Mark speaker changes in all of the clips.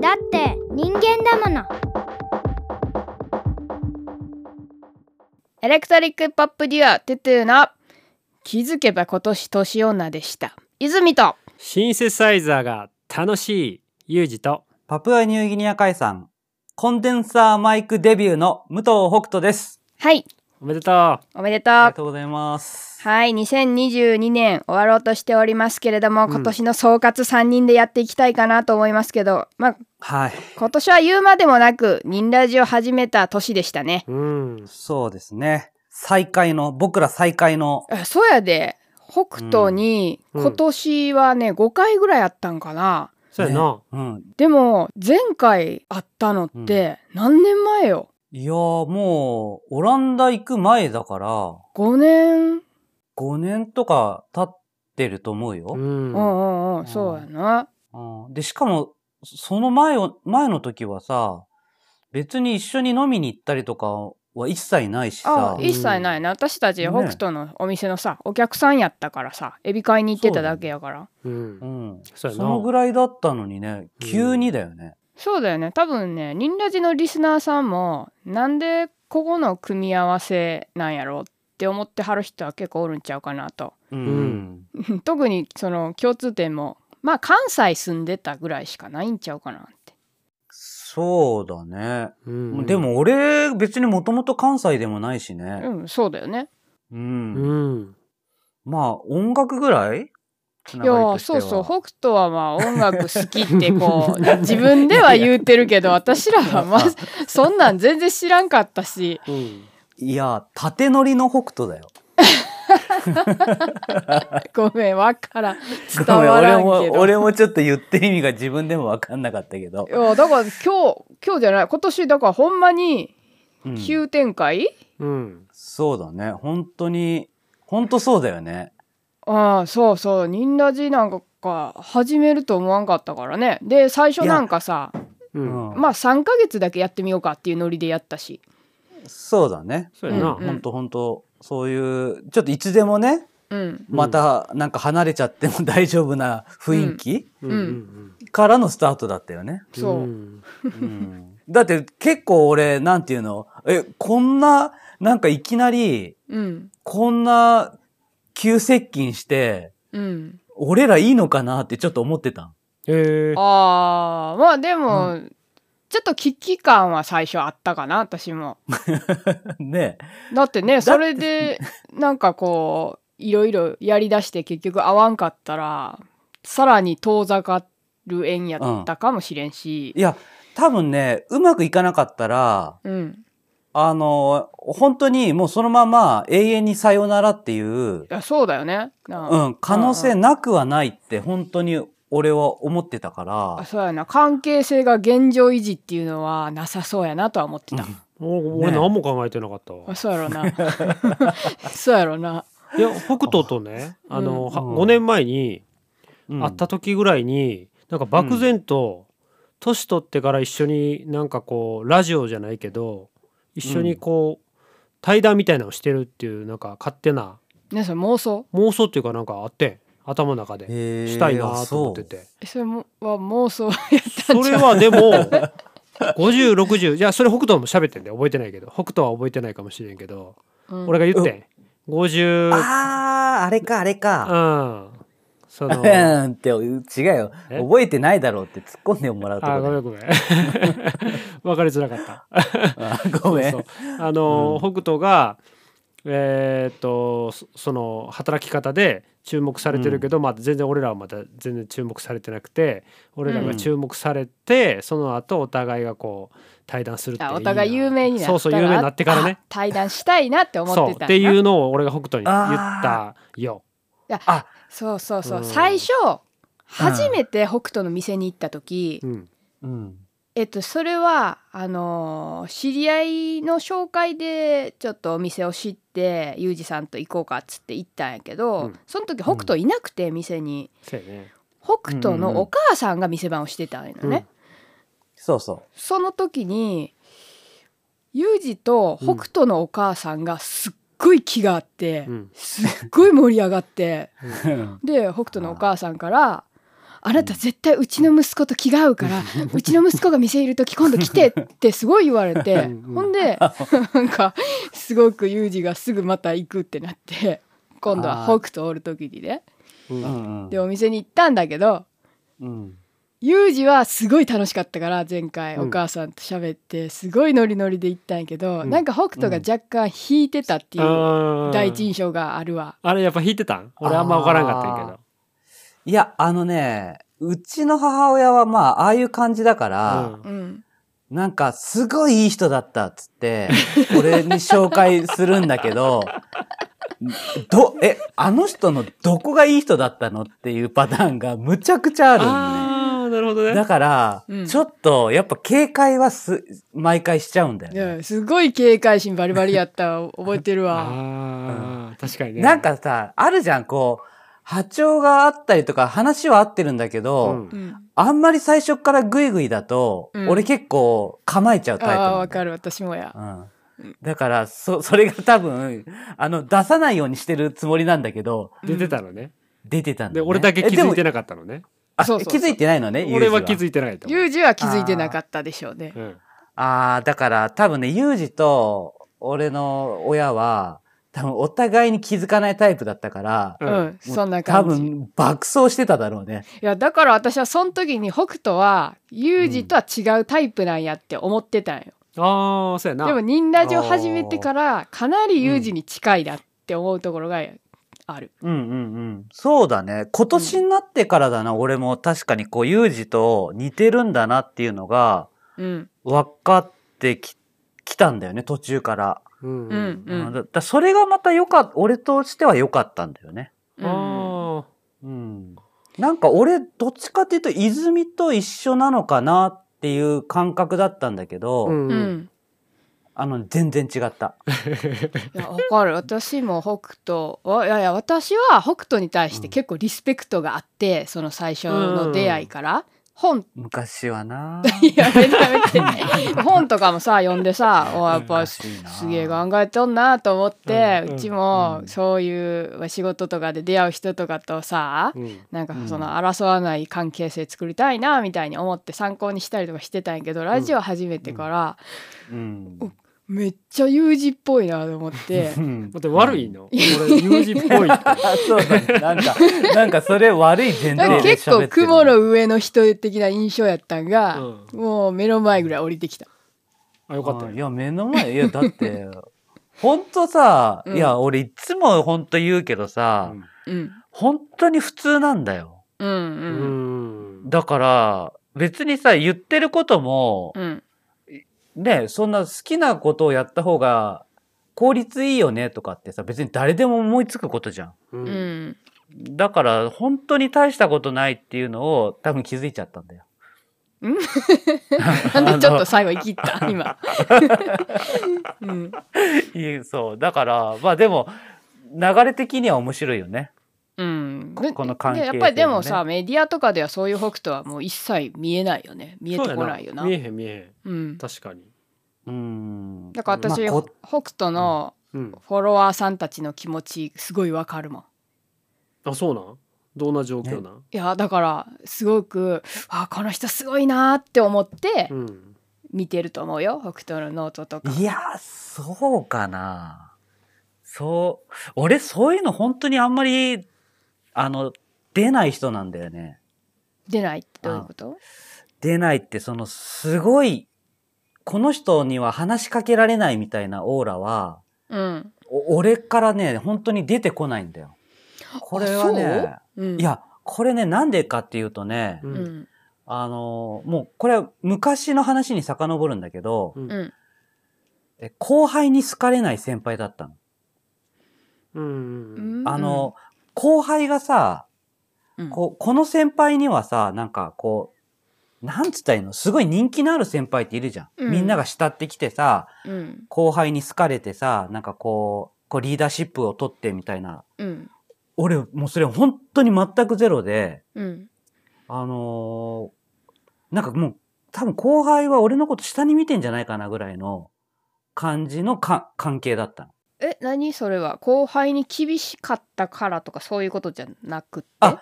Speaker 1: だって人間だもの
Speaker 2: エレクトリックポップデュアトゥトゥの気づけば今年年女でした泉と
Speaker 3: シンセサイザーが楽しいユージと
Speaker 4: パプアニューギニア海産、コンデンサーマイクデビューの武藤北斗です。
Speaker 2: はい
Speaker 3: おめでと
Speaker 2: おめでとう
Speaker 4: ありがとうございます。
Speaker 2: はい2022年終わろうとしておりますけれども
Speaker 3: うん
Speaker 2: 今年の総括3人でやっていきたいかなと思いますけど、まあ
Speaker 4: はい。
Speaker 2: 今年は言うまでもなくニンラジを始めた年でしたね
Speaker 3: ううん
Speaker 4: そうですね。再開の、僕ら再開の、
Speaker 2: あそうやで北斗に
Speaker 3: うん
Speaker 2: 今年はね5回ぐらいあったんかな
Speaker 3: そうやな、
Speaker 4: うん。
Speaker 2: でも前回あったのって何年前よ
Speaker 4: いやーもう、オランダ行く前だから、
Speaker 2: 5年
Speaker 4: 5年とか経ってると思うよ。
Speaker 3: うん
Speaker 2: うんうんうんそうやな
Speaker 4: うんで、しかも、その前を、前の時はさ、別に一緒に飲みに行ったりとかは一切ないし
Speaker 2: あ
Speaker 4: さ。
Speaker 2: 一切ないな私たち
Speaker 4: ね
Speaker 2: 北斗のお店のさお客さんやったからさエビ買いに行ってただけやから
Speaker 3: うん
Speaker 4: うん。
Speaker 3: そうやな
Speaker 4: そのぐらいだったのにね、
Speaker 3: うん
Speaker 4: 急にだよね。
Speaker 2: そうだよね多分ねニンラジのリスナーさんもなんでここの組み合わせなんやろうって思ってはる人は結構おるんちゃうかなと
Speaker 4: うんん。
Speaker 2: 特にその共通点もまあ関西住んでたぐらいしかないんちゃうかなって
Speaker 4: そうだね。
Speaker 3: うん
Speaker 4: でも俺、別にもともと関西でもないしね。
Speaker 2: うんそうだよね
Speaker 4: う。
Speaker 3: うんん
Speaker 4: まあ、音楽ぐらいつないがり
Speaker 2: や
Speaker 4: として
Speaker 2: そ
Speaker 4: は
Speaker 2: うそう北斗はまあ音楽好きってこう 自分では言うてるけど私らはまあそんなん全然知らんかったし
Speaker 3: うん
Speaker 4: いや、縦乗りの北斗だよ。
Speaker 2: ごめんわからん伝
Speaker 4: ごめん
Speaker 2: わらんけ
Speaker 4: 俺も、
Speaker 2: ど。
Speaker 4: 俺もちょっと言ってる意味が自分でもわかんなかったけど
Speaker 2: い。やだから今日今日じゃない今年だからほんまに
Speaker 4: うん
Speaker 2: 急展開、
Speaker 3: うん
Speaker 4: そうだね。本当に、本当そうだよね。
Speaker 2: ああそうそうニンラジなんか始めると思わんかったからねで最初なんかさ
Speaker 3: うん
Speaker 2: まあ3ヶ月だけやってみようかっていうノリでやったし
Speaker 4: そうだね。
Speaker 3: そうやな、
Speaker 2: うん
Speaker 4: 本当本当そういう、ちょっといつでもね、
Speaker 2: うん
Speaker 4: またなんか離れちゃっても大丈夫な雰囲気
Speaker 3: うんうん
Speaker 4: からのスタートだったよね。
Speaker 2: そう、
Speaker 3: ん
Speaker 4: うんだって結構俺、なんていうのえ、こんな、なんかいきなり、
Speaker 2: うん
Speaker 4: こんな急接近して、
Speaker 2: うん
Speaker 4: 俺らいいのかなってちょっと思ってた。
Speaker 3: へえ
Speaker 2: ああまあでも、ちょっと危機感は最初あったかな私も
Speaker 4: ね。
Speaker 2: だってね
Speaker 4: って
Speaker 2: それでなんかこういろいろやりだして結局合わんかったらさらに遠ざかる縁やったかもしれんし
Speaker 4: い、や、多分ね、うまくいかなかったら、
Speaker 2: うん、
Speaker 4: あの、本当にもうそのまま永遠にさよならっていう
Speaker 2: い、やそうだよねな
Speaker 4: うん、可能性なくはないって本当に俺は思ってたから
Speaker 2: あ。そうやな関係性が現状維持っていうのはなさそうやなとは思ってた、
Speaker 3: お俺
Speaker 4: ね
Speaker 3: 何も考えてなかったわ
Speaker 2: あそうやろな そうやろない
Speaker 3: や北斗とねあの、
Speaker 4: うん
Speaker 3: は
Speaker 4: うん
Speaker 3: 5年前に
Speaker 4: うん
Speaker 3: 会った時ぐらいに、なんか漠然と、年取ってから一緒になんかこうラジオじゃないけど一緒にこう、対談みたいなのをしてるっていうなんか勝手な
Speaker 2: ねそれ妄想
Speaker 3: 妄想っていうかなんかあって頭の中で
Speaker 4: へー
Speaker 3: したいなと思って。て、
Speaker 2: えそれもは妄想やったん
Speaker 3: そ
Speaker 2: じ
Speaker 3: れ
Speaker 2: ゃん
Speaker 3: はで も5060じゃあそれ北斗も喋ってんで覚えてないけど北斗は覚えてないかもしれんけど、
Speaker 2: うん
Speaker 3: 俺が言って、ん、50
Speaker 4: あそうあー、あれか、あれか。
Speaker 3: うん その
Speaker 4: うんって、違うよ。
Speaker 3: え
Speaker 4: 覚えてないだろうって突っ込んでもらうと
Speaker 3: あーごめ
Speaker 4: こ
Speaker 3: ん ごめん 分かりづらかった
Speaker 4: だ。ごめん。
Speaker 3: そうそうあのー、北斗がえーっとそその働き方で注目されてるけど、まあ全然俺らはまだ全然注目されてなくて俺らが注目されて、その後お互いがこう対談するってい
Speaker 2: あ
Speaker 3: う
Speaker 2: お互い有名になった
Speaker 3: そうそう有名になってからね
Speaker 2: あ対談したいなって思って
Speaker 3: そう
Speaker 2: たんだ
Speaker 3: っていうのを俺が北斗に言ったよ。
Speaker 2: そうそうそう
Speaker 3: うん
Speaker 2: 最初初めて北斗の店に行った時、
Speaker 3: うん
Speaker 4: うん。
Speaker 2: えっとそれはあのー知り合いの紹介でちょっとお店を知ってユージさんと行こうかっつって行ったんやけど、
Speaker 3: うん
Speaker 2: その時北斗いなくて店に
Speaker 3: そうやね
Speaker 2: 北斗のお母さんが店番をしてたんよね、
Speaker 3: うん
Speaker 4: そうそ
Speaker 2: その時にユージと北斗のお母さんがすっごい気があって、
Speaker 3: うん
Speaker 2: すっごい盛り上がって
Speaker 4: う。
Speaker 2: で北斗のお母さんから「ああなた絶対うちの息子と気が合うから、うちの息子が店いる時今度来てってすごい言われて
Speaker 3: うんうん
Speaker 2: ほん でなんかすごくユージがすぐまた行くってなって今度は
Speaker 4: あー
Speaker 2: 北斗おる時にね
Speaker 3: うん
Speaker 4: う
Speaker 3: うん
Speaker 4: んうん
Speaker 2: でお店に行ったんだけど
Speaker 4: うん
Speaker 2: ユージはすごい楽しかったから前回
Speaker 3: うん
Speaker 2: お母さんと喋ってすごいノリノリで行ったんやけど、
Speaker 3: うん
Speaker 2: なんか北斗が若干引いてたっていう
Speaker 3: あー
Speaker 2: 第一印象があるわ。
Speaker 3: あれやっぱ弾いてたん俺あんま分からんかったんやけど
Speaker 4: いや、あのね、うちの母親はまあ、ああいう感じだから、
Speaker 2: うん、
Speaker 4: なんか、すごいいい人だったっ つって、俺に紹介するんだけど、ど、え、あの人のどこがいい人だったのっていうパターンがむちゃくちゃあるんね。
Speaker 3: ああーなるほどね
Speaker 4: だから、
Speaker 2: うん
Speaker 4: ちょっと、やっぱ警戒はす、毎回しちゃうんだよ
Speaker 2: い
Speaker 4: ね。
Speaker 2: やすごい警戒心バリバリやったわ覚えてるわ。
Speaker 3: ああ確かにね
Speaker 4: なんかさ、あるじゃん、こう、波長があったりとか、話は合ってるんだけ
Speaker 3: う
Speaker 4: ど、
Speaker 3: ん
Speaker 2: うん、
Speaker 4: あんまり最初からグイグイだと、
Speaker 2: うん
Speaker 4: 俺結構構えちゃうタイプ
Speaker 2: あ
Speaker 4: なんだ
Speaker 2: あ
Speaker 4: よ。
Speaker 2: わかる私もや。
Speaker 4: うん。だから、そ、それが多分、あの、出さないようにしてるつもりなんだけど、
Speaker 3: 出てたのね
Speaker 4: 出てたんだ、ね。
Speaker 3: で俺だけ気づいて
Speaker 4: な
Speaker 3: な
Speaker 4: い。
Speaker 3: かったのね
Speaker 4: あ
Speaker 2: そうそうそう
Speaker 4: 気づいてないのね、ユージ
Speaker 3: 俺は気づいてないと思う
Speaker 2: ユージは気づいてなかったでしょうね
Speaker 3: う。ん
Speaker 4: ああ、だから多分ね、ユージと俺の親は、多分お互いに気づかないタイプだったから、
Speaker 2: う、
Speaker 3: うんん
Speaker 2: そんな
Speaker 4: 多
Speaker 2: 感じ。い
Speaker 4: 分爆走してただろうね。
Speaker 2: やだから私はその時に北斗はユージとは違うタイプなんやって思ってたんよ。
Speaker 3: ああそうやな
Speaker 2: でも忍ラジオ始めてからかなりユージに近いなって思うところがある。
Speaker 4: うんうんうん。そうだね。今年になってからだな、俺も確かにこう、ユージと似てるんだなっていうのが、
Speaker 2: うん、
Speaker 4: 分かってき、きたんだよね、途中から。
Speaker 3: うん
Speaker 2: う
Speaker 3: うんん
Speaker 2: うん
Speaker 4: うんだだそれがまた良かった、俺としては良かったんだよね。
Speaker 2: うん
Speaker 3: あ
Speaker 4: うん。なんか俺、どっちかっていうと、泉と一緒なのかなっていう感覚だったんだけ
Speaker 3: あ
Speaker 4: ど、
Speaker 2: うん
Speaker 4: あの、全然違った。
Speaker 2: いやわかる私も北斗あいやいや私は北斗に対して結構リスペクトがあって、その最初の出会いから、本
Speaker 4: 昔はな
Speaker 2: いやめてやめて本とかもさ読んでさおやっぱすげえ考えとんなと思って、う
Speaker 3: うん
Speaker 2: ちも
Speaker 4: うん
Speaker 2: そういう仕事とかで出会う人とかとさ、
Speaker 3: うん
Speaker 2: なんか
Speaker 4: うん
Speaker 2: その争わない関係性作りたいなみたいに思って参考にしたりとかしてたんやけどラジオ始めてから
Speaker 4: うん。
Speaker 2: めっちゃ友人っぽいなと思 って
Speaker 4: うん
Speaker 3: 待って悪いの俺友人っぽ いって
Speaker 4: あそうだね。なんか、なんかそれ悪い前
Speaker 2: なん
Speaker 4: 提
Speaker 2: か
Speaker 4: で
Speaker 2: 結
Speaker 4: 喋って
Speaker 2: 構雲
Speaker 4: る。
Speaker 2: の上の人的な印象やったんが、
Speaker 3: うん
Speaker 2: もう目の前ぐらい降りてきた。
Speaker 3: あよかった
Speaker 4: あい
Speaker 3: よ
Speaker 4: や、目の前、いや、だって、 ほんとさ、
Speaker 2: うん
Speaker 4: いや、俺いつもほんと言うけどさ、
Speaker 3: うん
Speaker 2: うん
Speaker 4: 本当に普通なんだよ。
Speaker 2: うん
Speaker 3: う
Speaker 2: うん
Speaker 3: ん
Speaker 4: だから、別にさ、言ってることも、
Speaker 2: うん
Speaker 4: ね、そんな好きなことをやった方が効率いいよねとかってさ、別に誰でも思いつくことじゃん。
Speaker 3: う
Speaker 2: うんん
Speaker 4: だから、本当に大したことないっていうのを多分気づいちゃったんだよ。
Speaker 2: なんでちょっと最後生きった今、 うん、
Speaker 4: いいそう。だから、まあでも、流れ的には面白いよね。
Speaker 2: うん、
Speaker 4: ここの関係
Speaker 2: でやっぱりでも
Speaker 4: 性
Speaker 2: さ
Speaker 4: も
Speaker 2: メディアとかではそういう北斗はもう一切見えないよね見えてこないよな
Speaker 3: そうや見えへん見え
Speaker 2: うん
Speaker 3: へん、確かに
Speaker 4: うん。
Speaker 2: だから私、
Speaker 4: まあこ
Speaker 2: 北斗の
Speaker 3: うん
Speaker 2: フォロワーさんたちの気持ちすごいわかるもん
Speaker 3: あそうなんどんな状況なん
Speaker 2: いやだからすごくあこの人すごいなーって思って
Speaker 3: うん
Speaker 2: 見てると思うよ北斗のノートとか
Speaker 4: いやー、そうかな。そう、俺そういうの本当にあんまり、あの、出ない人なんだよね。
Speaker 2: 出ないってどういうこと
Speaker 4: 出ないって、その、すごい、この人には話しかけられないみたいなオーラは、
Speaker 2: うん
Speaker 4: お俺からね、本当に出てこないんだよ。これはね
Speaker 2: あ、そううん
Speaker 4: いや、これね、なんでかっていうとね、
Speaker 3: う
Speaker 2: うんん
Speaker 4: あの、もう、これは昔の話に遡るんだけど、
Speaker 3: うん
Speaker 2: うん
Speaker 4: え後輩に好かれない先輩だったの。
Speaker 3: うん
Speaker 2: う
Speaker 3: うん
Speaker 2: ん
Speaker 4: あの、後輩がさ、
Speaker 2: うん
Speaker 4: こう、この先輩にはさ、なんかこう、なんつったらいいのすごい人気のある先輩っているじゃん。
Speaker 2: うん
Speaker 4: みんなが慕ってきてさ、
Speaker 2: うん
Speaker 4: 後輩に好かれてさ、なんかこう、こうリーダーシップを取ってみたいな。
Speaker 2: うん
Speaker 4: 俺、もうそれ本当に全くゼロで、
Speaker 2: うん
Speaker 4: あのーなんかもう、多分後輩は俺のこと下に見てんじゃないかなぐらいの感じのか関係だったの。
Speaker 2: え何それは後輩に厳しかったからとかそういうことじゃなくって
Speaker 4: あ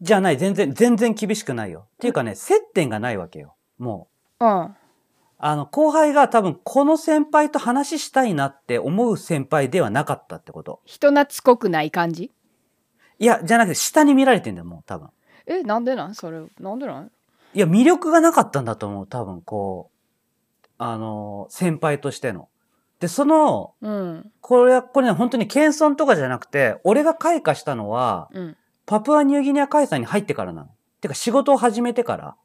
Speaker 4: じゃない、全然、全然厳しくないよ。っていうかね、接点がないわけよ。も
Speaker 2: うん。
Speaker 4: う。あの、後輩が多分この先輩と話したいなって思う先輩ではなかったってこと。
Speaker 2: 人懐っこくない感じ
Speaker 4: いや、じゃなくて下に見られてんだよ、もう多分。
Speaker 2: え、なんでなんそれ。なんでなん
Speaker 4: いや、魅力がなかったんだと思う、多分、こう。あの、先輩としての。で、その、
Speaker 2: うん。
Speaker 4: これは、これね、本当に謙遜とかじゃなくて、俺が開花したのは、
Speaker 2: うん。
Speaker 4: パプアニューギニア開催に入ってからなの。てか、仕事を始めてから。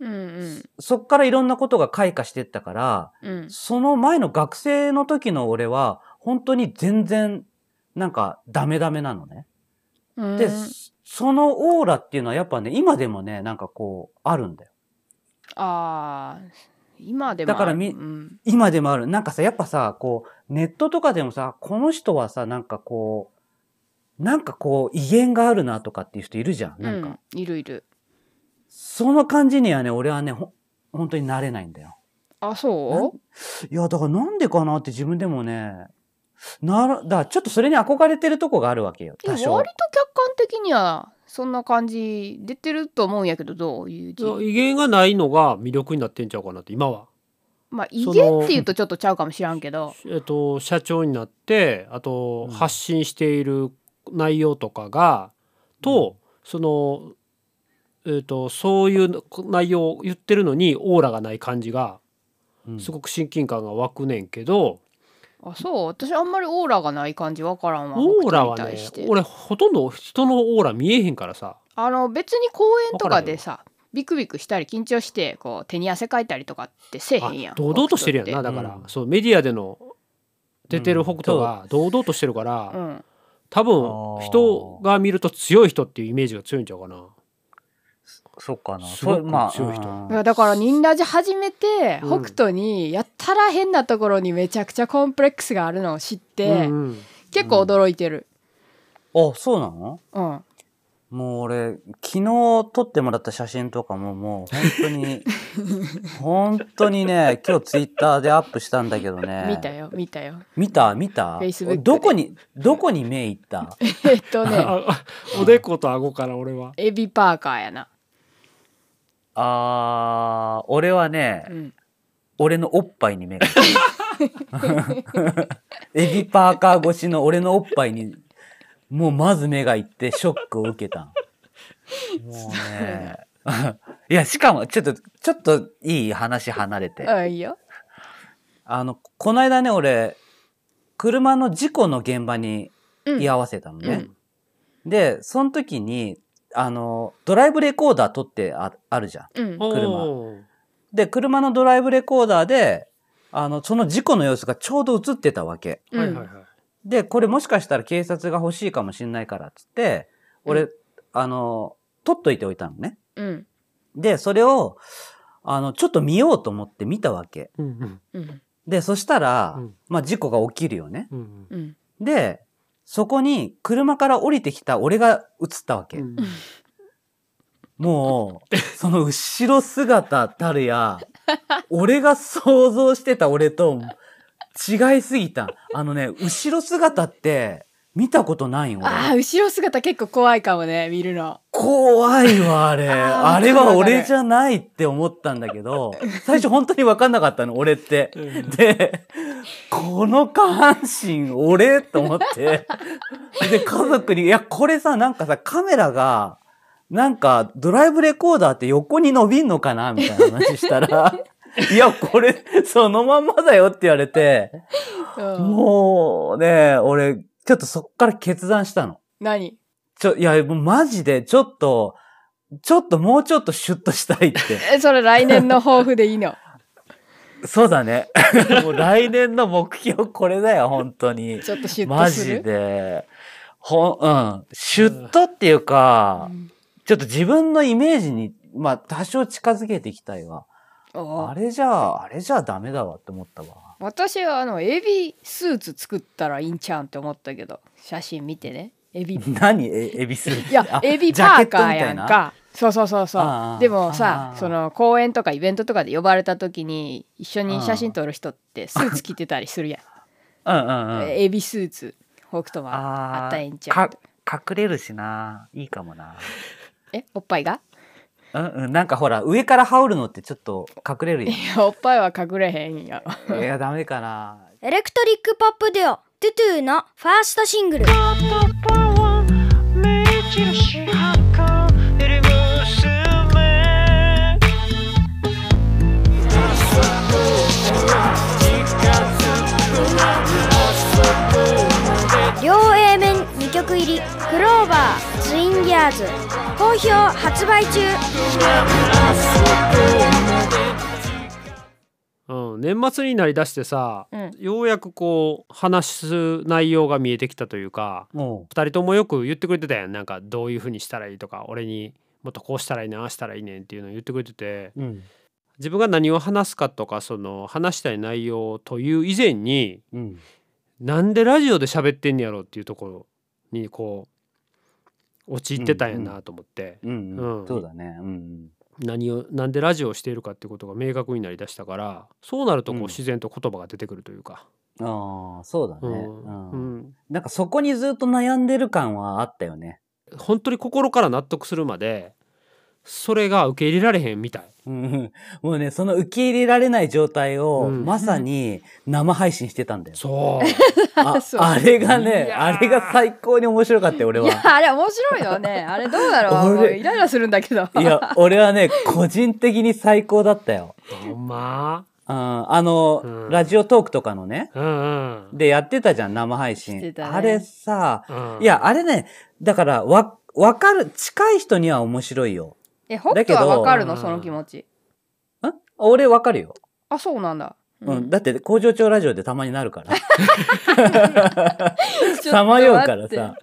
Speaker 2: うんうん。
Speaker 4: そっからいろんなことが開花してったから、
Speaker 2: うん。
Speaker 4: その前の学生の時の俺は、本当に全然、なんか、ダメダメなのね。
Speaker 2: うん
Speaker 4: で、そのオーラっていうのはやっぱね、今でもね、なんかこう、あるんだよ。
Speaker 2: ああ、今でもある。
Speaker 4: だからみ
Speaker 2: うん。
Speaker 4: 今でもある。なんかさ、やっぱさ、こう、ネットとかでもさ、この人はさ、なんかこう、なんかこう、威厳があるなとかっていう人いるじゃん。なんか、
Speaker 2: うん、いるいる。
Speaker 4: その感じにはね、俺はね、ほん、本当になれないんだよ。
Speaker 2: あ、そう
Speaker 4: いや、だからなんでかなって自分でもね、なら、だからちょっとそれに憧れてるとこがあるわけよ。
Speaker 2: いや
Speaker 4: 多
Speaker 2: 割と
Speaker 4: 少
Speaker 2: 客。観的には、そんな感じ出てると思うんやけど、どういう字
Speaker 3: そう威厳がないのが魅力になってんちゃうかなって今は。
Speaker 2: まあ、威
Speaker 3: その
Speaker 2: 厳っていうとちょっとちゃうかもしらんけど。
Speaker 3: えっと、社長になってあと
Speaker 4: うん
Speaker 3: 発信している内容とかが、とその、えっと、そういう内容を言ってるのにオーラがない感じが
Speaker 4: うん
Speaker 3: すごく親近感が湧くねんけど、
Speaker 2: あ、そう私あんまりオーラがない感じわからんわ。
Speaker 3: オーラは
Speaker 2: 北斗に対
Speaker 3: ね
Speaker 2: して
Speaker 3: 俺ほとんど人のオーラ見えへんからさ
Speaker 2: あの、別に公演とかでさ、ビクビクしたり緊張して、こう、手に汗かいたりとかってせえへんやん。
Speaker 3: あ堂々としてるやんな
Speaker 4: 北
Speaker 3: だ
Speaker 4: 斗
Speaker 3: か
Speaker 4: って
Speaker 3: ら、そうメディアでの出てる北斗
Speaker 4: うん
Speaker 3: が堂々としてるから、
Speaker 2: 北斗って。
Speaker 3: 多
Speaker 4: あー
Speaker 3: 分人が見ると強い人っていうイメージが強いんちゃうかな。
Speaker 4: そっかな。
Speaker 3: すごく
Speaker 4: そうまあ、
Speaker 3: 強い人
Speaker 2: うんいや。だから、ニンラジ始めて、
Speaker 3: うん
Speaker 2: 北斗に、やったら変なところにめちゃくちゃコンプレックスがあるのを知って、
Speaker 3: うんうん
Speaker 2: 結構驚いてる。
Speaker 4: あ、そうなの
Speaker 2: うん。
Speaker 4: もう俺、昨日撮ってもらった写真とかももう本 当に、本当にね、今日ツイッターでアップしたんだけどね。
Speaker 2: 見たよ、見たよ。
Speaker 4: 見た見た
Speaker 2: Facebook で
Speaker 4: どこに、どこに目い った
Speaker 2: えっと ね、
Speaker 3: ああおでこと顎から俺は。
Speaker 2: エビパーカーやな。
Speaker 4: あー、俺はね、
Speaker 2: うん。
Speaker 4: 俺のおっぱいに目がいった。エビパーカー越しの俺のおっぱいに、もうまず目がいってショックを受けたん。もうね。 いや、しかも、ちょっと、ちょっといい話離れて。
Speaker 2: うん、いいよ。
Speaker 4: あの、この間ね、俺、車の事故の現場に
Speaker 2: うん。
Speaker 4: 居合わせたの
Speaker 2: う
Speaker 4: ね
Speaker 2: ん。
Speaker 4: で、その時に、あの、ドライブレコーダー撮ってああるじゃん。
Speaker 2: うん。
Speaker 4: 車
Speaker 3: おー
Speaker 4: で、車のドライブレコーダーで、あの、その事故の様子がちょうど映ってたわけ。
Speaker 2: うん
Speaker 3: はいはいはい。
Speaker 4: で、これもしかしたら警察が欲しいかもしんないからっつって、俺、
Speaker 2: う
Speaker 4: あの、撮っといておいたのね。
Speaker 2: うん。
Speaker 4: で、それを、あの、ちょっと見ようと思って見たわけ。
Speaker 3: うんう
Speaker 2: う
Speaker 3: ん
Speaker 2: ん。
Speaker 4: で、そしたら、
Speaker 3: うん
Speaker 4: まあ、事故が起きるよね。
Speaker 3: うん
Speaker 2: うん。
Speaker 4: で、そこに車から降りてきた俺が映ったわ
Speaker 3: う
Speaker 4: け。
Speaker 3: ん。
Speaker 4: もう、その後ろ姿たる や、俺が想像してた俺と違いすぎた。あのね、後ろ姿って見たことないよ。
Speaker 2: ああ、
Speaker 4: 俺
Speaker 2: 後ろ姿結構怖いかもね、見るの。
Speaker 4: 怖いわ、あれ。
Speaker 2: あ
Speaker 4: あ
Speaker 2: ー
Speaker 4: れは俺じゃないって思ったんだけど、最初本当に分かんなかったの、俺って。
Speaker 3: うん
Speaker 4: で、この下半身俺と思って、で、家族に、いや、これさ、なんかさ、カメラが、なんか、ドライブレコーダーって横に伸びんのかなみたいな話したら、いや、これ、そのまんまだよって言われて、
Speaker 2: うん、
Speaker 4: もうね、俺、ちょっとそっから決断したの。
Speaker 2: 何
Speaker 4: ちょ、いや、もうマジで、ちょっと、ちょっともうちょっとシュッとしたいって。
Speaker 2: え、それ来年の抱負でいいの。
Speaker 4: そうだね。 もう来年の目標これだよ、本当に。
Speaker 2: ちょっとシュッ
Speaker 4: マ
Speaker 2: とする。
Speaker 4: ジで。ほん、うん。シュッとっていうか、ちょっと自分のイメージに、まあ、多少近づけていきたいわ。
Speaker 2: うん
Speaker 4: あれじゃあ、あれじゃあダメだわって思ったわ。
Speaker 2: 私はあの、エビスーツ作ったらいいんちゃうんって思ったけど、写真見てね。エ ビ。い
Speaker 4: 何え、エビスーツ
Speaker 2: や
Speaker 4: あ、
Speaker 2: エビ
Speaker 4: ジャ
Speaker 2: パ
Speaker 4: ケ
Speaker 2: ー
Speaker 4: ッ
Speaker 2: カ
Speaker 4: トみ
Speaker 2: ー
Speaker 4: た
Speaker 2: や
Speaker 4: い
Speaker 2: ん
Speaker 4: な
Speaker 2: か。そうそうそうそ
Speaker 4: あ
Speaker 2: う
Speaker 4: あ。
Speaker 2: でもさ
Speaker 4: あ、あ
Speaker 2: その公演とかイベントとかで呼ばれた時に、一緒に写真撮る人ってスーツ着てたりするやん。
Speaker 4: うんうんうん。
Speaker 2: エビスーツ北斗はあったらいいんちゃう
Speaker 4: か、隠れるしな。いいかもな。
Speaker 2: えおっぱいが
Speaker 4: うんうん、なんかほら、上から羽織るのってちょっと隠れるや
Speaker 2: いやおっぱいは隠れへんやろ
Speaker 4: ん。いや、ダメかな。
Speaker 1: エレクトリックポップデュオトゥトゥのファーストシングル両 A 面2曲入りクローバーツインギアーズ好評発売中
Speaker 3: うん、年末になりだしてさ、
Speaker 2: うん
Speaker 3: ようやくこう話す内容が見えてきたというか
Speaker 4: も
Speaker 3: 2人ともよく言ってくれてたやんなんかどういうふうにしたらいいとか俺にもっとこうしたらいいねああしたらいいねんっていうのを言ってくれてて
Speaker 4: う。うん。
Speaker 3: 自分が何を話すかとかその話したい内容という以前に
Speaker 4: うん。
Speaker 3: なんでラジオで喋ってんやろっていうところにこう陥ってたんやなと思って。
Speaker 4: うん、う。
Speaker 3: うんん
Speaker 4: そうだね。うん。
Speaker 3: 何をなんでラジオをしているかってことが明確になりだしたからそうなるとこ
Speaker 4: う
Speaker 3: うん自然と言葉が出てくるというか、
Speaker 4: ああ、そうだ
Speaker 3: う
Speaker 4: ね、
Speaker 3: ん
Speaker 4: うん
Speaker 3: うん
Speaker 4: なんかそこにずっと悩んでる感はあったよね。
Speaker 3: 本当に心から納得するまでそれが受け入れられへんみたい
Speaker 4: うんもうね、その受け入れられない状態を、
Speaker 3: うん
Speaker 4: まさに生配信してたんだよ。
Speaker 3: そう
Speaker 4: あ
Speaker 2: そう
Speaker 4: あれがね
Speaker 3: い、やー
Speaker 4: あれが最高に面白かったよ、俺
Speaker 2: い
Speaker 4: は。
Speaker 2: やあれ面白いよねあれどうだろう も
Speaker 4: 俺
Speaker 2: うイライラするんだけど
Speaker 4: いや、俺はね、個人的に最高だったよ。
Speaker 3: ほんま
Speaker 4: うん、あの、
Speaker 3: うん
Speaker 4: ラジオトークとかのね、
Speaker 3: うんうん
Speaker 4: でやってたじゃん、生配信。
Speaker 2: してたね
Speaker 4: あれさ、
Speaker 3: うん
Speaker 4: いや、あれね、だから、わ、わかる、近い人には面白いよ。
Speaker 2: え北
Speaker 4: だけ
Speaker 2: 斗
Speaker 4: ど
Speaker 2: はわかる
Speaker 3: う
Speaker 2: の
Speaker 3: ん
Speaker 2: その気持ち
Speaker 4: ん俺わかるよ。
Speaker 2: あそうなんだ
Speaker 4: う
Speaker 2: うん
Speaker 4: ん、だって、工場長ラジオでたまになるから。
Speaker 2: ちょっと待って
Speaker 4: さまようからさ。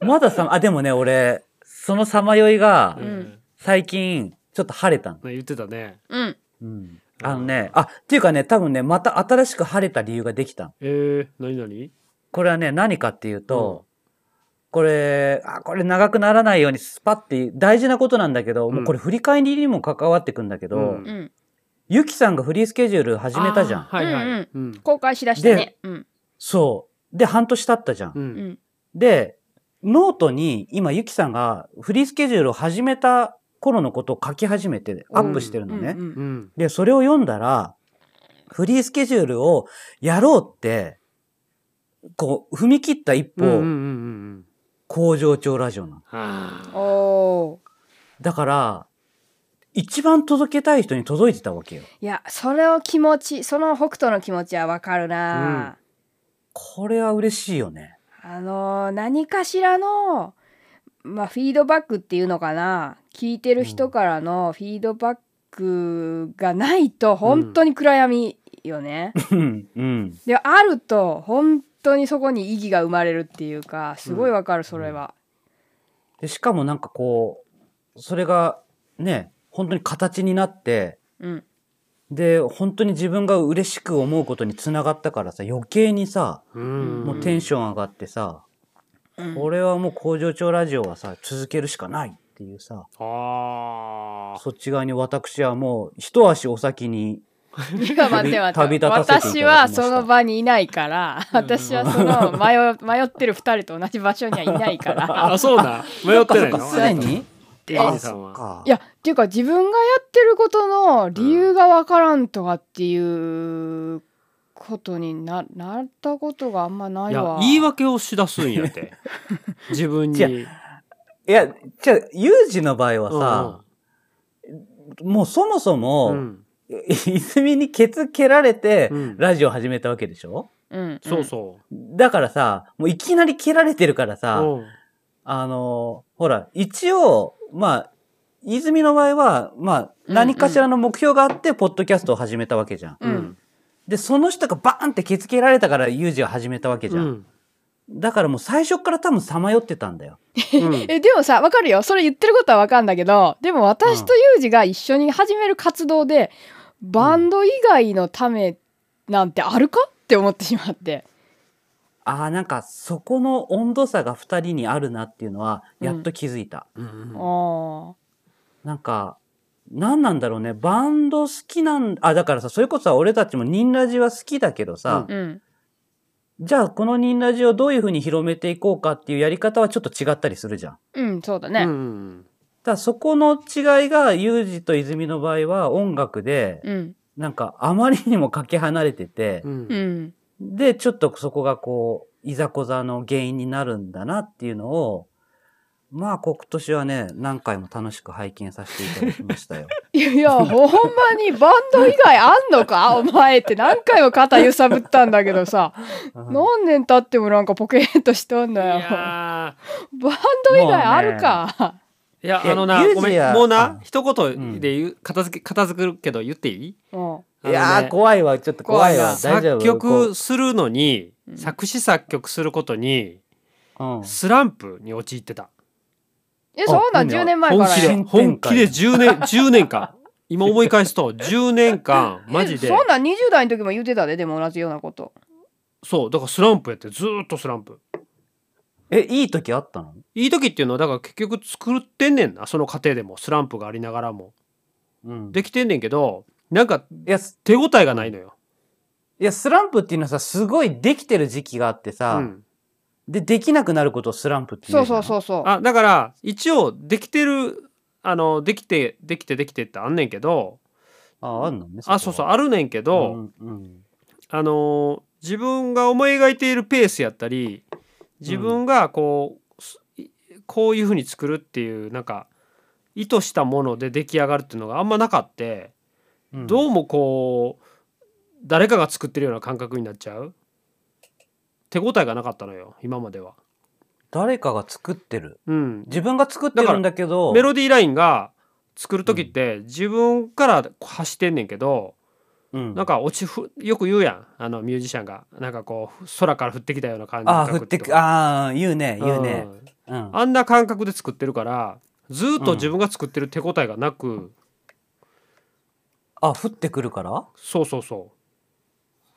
Speaker 4: まださ、あ、でもね、俺、そのさまよいが
Speaker 3: う、ん
Speaker 4: 最近、ちょっと晴れたの。
Speaker 3: 言ってたね
Speaker 2: うん
Speaker 4: うん。あのね、あ、っていうかね、多分ね、また新しく晴れた理由ができたの。
Speaker 3: えー、何何
Speaker 4: これはね、何かっていうと、これ、あ、これ長くならないようにスパって、大事なことなんだけど、もうこれ振り返りにも関わってくんだけど、
Speaker 3: うん
Speaker 2: うん
Speaker 4: ゆきさんがフリースケジュール始めたじゃ
Speaker 3: あ
Speaker 4: ん。
Speaker 3: ーはいはい、
Speaker 2: うん
Speaker 3: うん
Speaker 2: 公開しだしたねうん
Speaker 4: そう。で、半年経ったじゃん。
Speaker 3: う
Speaker 2: うんん
Speaker 4: で、ノートに今ゆきさんがフリースケジュールを始めた頃のことを書き始めてアップしてる
Speaker 2: う
Speaker 4: の
Speaker 2: ん
Speaker 4: ね。
Speaker 2: うん
Speaker 3: うん
Speaker 4: で、それを読んだら、フリースケジュールをやろうって、こう、踏み切った一歩、
Speaker 3: うんうんうんうん
Speaker 4: 工場長ラジオなの。
Speaker 3: あ
Speaker 2: おー
Speaker 4: だから、一番届けたい人に届いてたわけよ。
Speaker 2: いやそれを気持ちその北斗の気持ちはわかるな
Speaker 4: これは嬉しいよね。
Speaker 2: あのー何かしらの、まあ、フィードバックっていうのかな聞いてる人からのフィードバックがないと本当に暗闇よね。
Speaker 4: うん、うん。
Speaker 2: であると本当にそこに意義が生まれるっていうかすごいわかるそれは。
Speaker 4: で、しかもなんかこう、それがね、本当に形になって、
Speaker 2: うん、
Speaker 4: で、本当に自分が嬉しく思うことにつながったからさ、余計にさ、
Speaker 3: ーうん
Speaker 4: もうテンション上がってさ、
Speaker 2: うん
Speaker 4: これはもう工場長ラジオはさ、続けるしかないっていうさ、
Speaker 3: あー
Speaker 4: そっち側に私はもう一足お先に、
Speaker 2: いや待って待
Speaker 4: 旅
Speaker 2: って
Speaker 4: 立たせていただきました
Speaker 2: 私はその場にいないから
Speaker 3: うん
Speaker 2: 私はその迷迷ってる2人と同じ場所にはいないから。
Speaker 3: あそうだ迷ってないの
Speaker 4: そっかそっかすでに
Speaker 3: エ
Speaker 4: あ
Speaker 3: イジさん
Speaker 4: そっ
Speaker 3: は
Speaker 4: か
Speaker 2: いやっていうか自分がやってることの理由がわからんとかっていうことにななったことがあんまないい
Speaker 3: や
Speaker 2: わ。
Speaker 3: 言い訳をしだすんやて自分に
Speaker 4: じゃいや、じゃあ、ユージの場合はさ、もうそもそ
Speaker 3: うんう
Speaker 4: も、
Speaker 3: ん
Speaker 4: 泉にケツ蹴られて
Speaker 3: う、ん
Speaker 4: ラジオ始めたわけでしょ
Speaker 2: うん、
Speaker 3: そうそ
Speaker 4: だからさ、もういきなり蹴られてるから
Speaker 3: う、
Speaker 4: さ、
Speaker 3: うん
Speaker 4: あのーほら、一応、まあ、泉の場合は、まあ、
Speaker 2: うん
Speaker 4: 何かしらの目標があって、ポッドキャストを始めたわけじゃん。
Speaker 2: うん。うん
Speaker 4: で、その人がバーンって気づけられたから、ユージが始めたわけじゃん。
Speaker 3: うん
Speaker 4: だからもう最初から多分さまよってたんだよ。
Speaker 3: うん
Speaker 2: えでもさわかるよそれ言ってることはわかるんだけどでも私とユージが一緒に始める活動で、バンド以外のためなんてあるかって思ってしまって
Speaker 4: ああ、なんか、そこの温度差が二人にあるなっていうのは、
Speaker 2: うん
Speaker 4: やっと気づいた。
Speaker 3: うん
Speaker 2: あー
Speaker 4: なんか、何なんだろうね。バンド好きなん、あ、だからさ、それこそさ俺たちもニンラジは好きだけどさ、
Speaker 2: うん
Speaker 4: じゃあこのニンラジをどういうふうに広めていこうかっていうやり方はちょっと違ったりするじゃん。
Speaker 2: うんそうだね、
Speaker 3: うん
Speaker 4: だそこの違いが、ユージと泉の場合は音楽で、
Speaker 2: うん
Speaker 4: なんかあまりにもかけ離れてて、
Speaker 3: うん
Speaker 2: うん
Speaker 4: で、ちょっとそこがこう、いざこざの原因になるんだなっていうのを、まあ、今年はね、何回も楽しく拝見させていただきましたよ。
Speaker 2: いやいやほんまにバンド以外あんの かお前って何回も肩揺さぶったんだけどさ
Speaker 4: うん
Speaker 2: 何年経ってもなんかポケーっとしとん
Speaker 3: い
Speaker 2: だよ
Speaker 3: や
Speaker 2: バンド以外あるか、
Speaker 3: ーいや
Speaker 4: え
Speaker 3: あのな
Speaker 4: ユージ
Speaker 3: ごめ
Speaker 4: は
Speaker 3: んもうな
Speaker 4: あ
Speaker 3: 一言で言う片付け片付けるけど言っていい
Speaker 2: うん
Speaker 4: いや
Speaker 3: あの
Speaker 4: ー、
Speaker 3: ね
Speaker 4: 怖いわ、ちょっと怖いわ。大丈
Speaker 3: 作
Speaker 4: 夫
Speaker 3: 曲するのに
Speaker 2: うん
Speaker 3: 作詞作曲することに
Speaker 4: こう
Speaker 3: スランプに陥ってた
Speaker 2: えそうなん
Speaker 4: いいね
Speaker 2: 10年前から
Speaker 3: 本
Speaker 2: や
Speaker 3: 気で
Speaker 4: 新
Speaker 3: 本
Speaker 4: 展
Speaker 3: 気
Speaker 4: 開
Speaker 3: で10年10年間今思い返す と10年間マジ
Speaker 2: え
Speaker 3: で
Speaker 2: そんなん20代の時も言うてたででも同じようなこと
Speaker 3: そうだからスランプやってずーっとスランプ
Speaker 4: うん。え、いい時あったの
Speaker 3: いい時っていうのはだから結局作ってんねんなその過程でもスランプがありながらも
Speaker 4: うん。
Speaker 3: できてんねんけどなんか
Speaker 4: いや、す
Speaker 3: 手応えがないのよ、
Speaker 4: いや、スランプっていうのはさ、すごいできてる時期があって
Speaker 3: う
Speaker 4: さ、
Speaker 3: ん、
Speaker 4: で、できなくなることをスランプって言
Speaker 2: そうう
Speaker 4: じゃ
Speaker 2: そ
Speaker 4: ん
Speaker 2: うそうそう
Speaker 3: あだから一応できてるあのできてできてできてってあんねんけど
Speaker 4: あ、あんのね。
Speaker 3: あそうそう
Speaker 4: あ
Speaker 3: あるねんけど、
Speaker 4: うんうん
Speaker 3: あのー自分が思い描いているペースやったり自分がこう、すいこういうふうに作るっていうなんか意図したもので出来上がるっていうのがあんまなかって、
Speaker 4: うん
Speaker 3: どうもこう誰かが作ってるような感覚になっちゃう手応えがなかったのよ今までは。
Speaker 4: 誰かが作ってる。
Speaker 3: うん、
Speaker 4: 自分が作ってるんだけど、
Speaker 3: メロディーラインが作る時って自分から発してんねんけど、
Speaker 4: うん
Speaker 3: なんか落ちふよく言うやんあのミュージシャンがなんかこう空から降ってきたような感じ
Speaker 4: ああ、降ってく、ああ、言うね、言うね。
Speaker 3: ん
Speaker 4: うん。
Speaker 3: あんな感覚で作ってるからずーっと自分が作ってる手応えがなく、
Speaker 4: あ、降ってくるから
Speaker 3: そうそうそ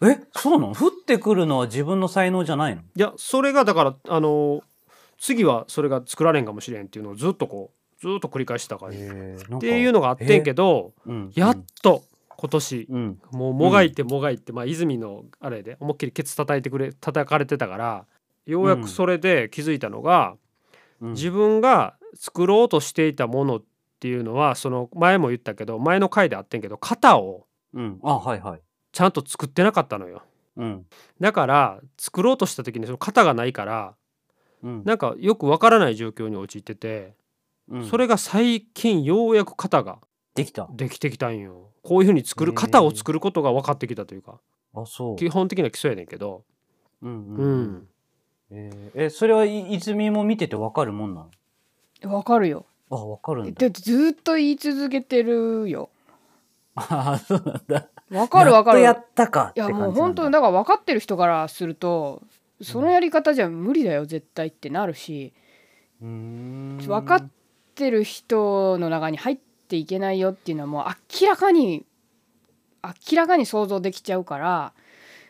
Speaker 4: え、そうなの降ってくるのは自分の才能じゃないの
Speaker 3: ういやそれがだからあの次はそれが作られんかもしれんっていうのをずっとこうずーっと繰り返してた感じ、
Speaker 4: っ
Speaker 3: っていうのがあってんけど、
Speaker 4: うん
Speaker 3: やっと今年、
Speaker 4: うん。
Speaker 3: もうもがいてもがいて、まあ泉のあれで思いっきりケツ叩いてくれ叩かれてたからようやくそれで気づいたのが、
Speaker 4: うん
Speaker 3: 自分が作ろうとしていたものっていうのはその前も言ったけど前の回であってんけど型を
Speaker 4: うん。あ、はいはい。
Speaker 3: ちゃんと作ってなかったのよ
Speaker 4: うん。
Speaker 3: だから作ろうとした時にその型がないから
Speaker 4: うん。
Speaker 3: なんかよくわからない状況に陥ってて、
Speaker 4: うん
Speaker 3: それが最近ようやく型が
Speaker 4: できた。
Speaker 3: できてきたんよこういうふうに作る
Speaker 4: へえ
Speaker 3: 型を作ることが分かってきたというか
Speaker 4: あ、そう。
Speaker 3: 基本的な基礎やねんけど
Speaker 4: うん
Speaker 3: うん、
Speaker 4: うん。えーえ、それはい泉も見ててわかるもんなの
Speaker 2: わかるよ
Speaker 4: あ、わかるんだ
Speaker 2: で。ずっと言い続けてるよ
Speaker 4: あ、そうなんだ。
Speaker 2: わかるわかるい
Speaker 4: やっ
Speaker 2: や
Speaker 4: とやったかって感じなんだ。
Speaker 2: もう本当だから分かってる人からするとそのやり方じゃ無理だよ絶対ってなるし
Speaker 4: うーん
Speaker 2: 分かってる人の中に入っていけないよっていうのはもう明らかに明らかに想像できちゃうから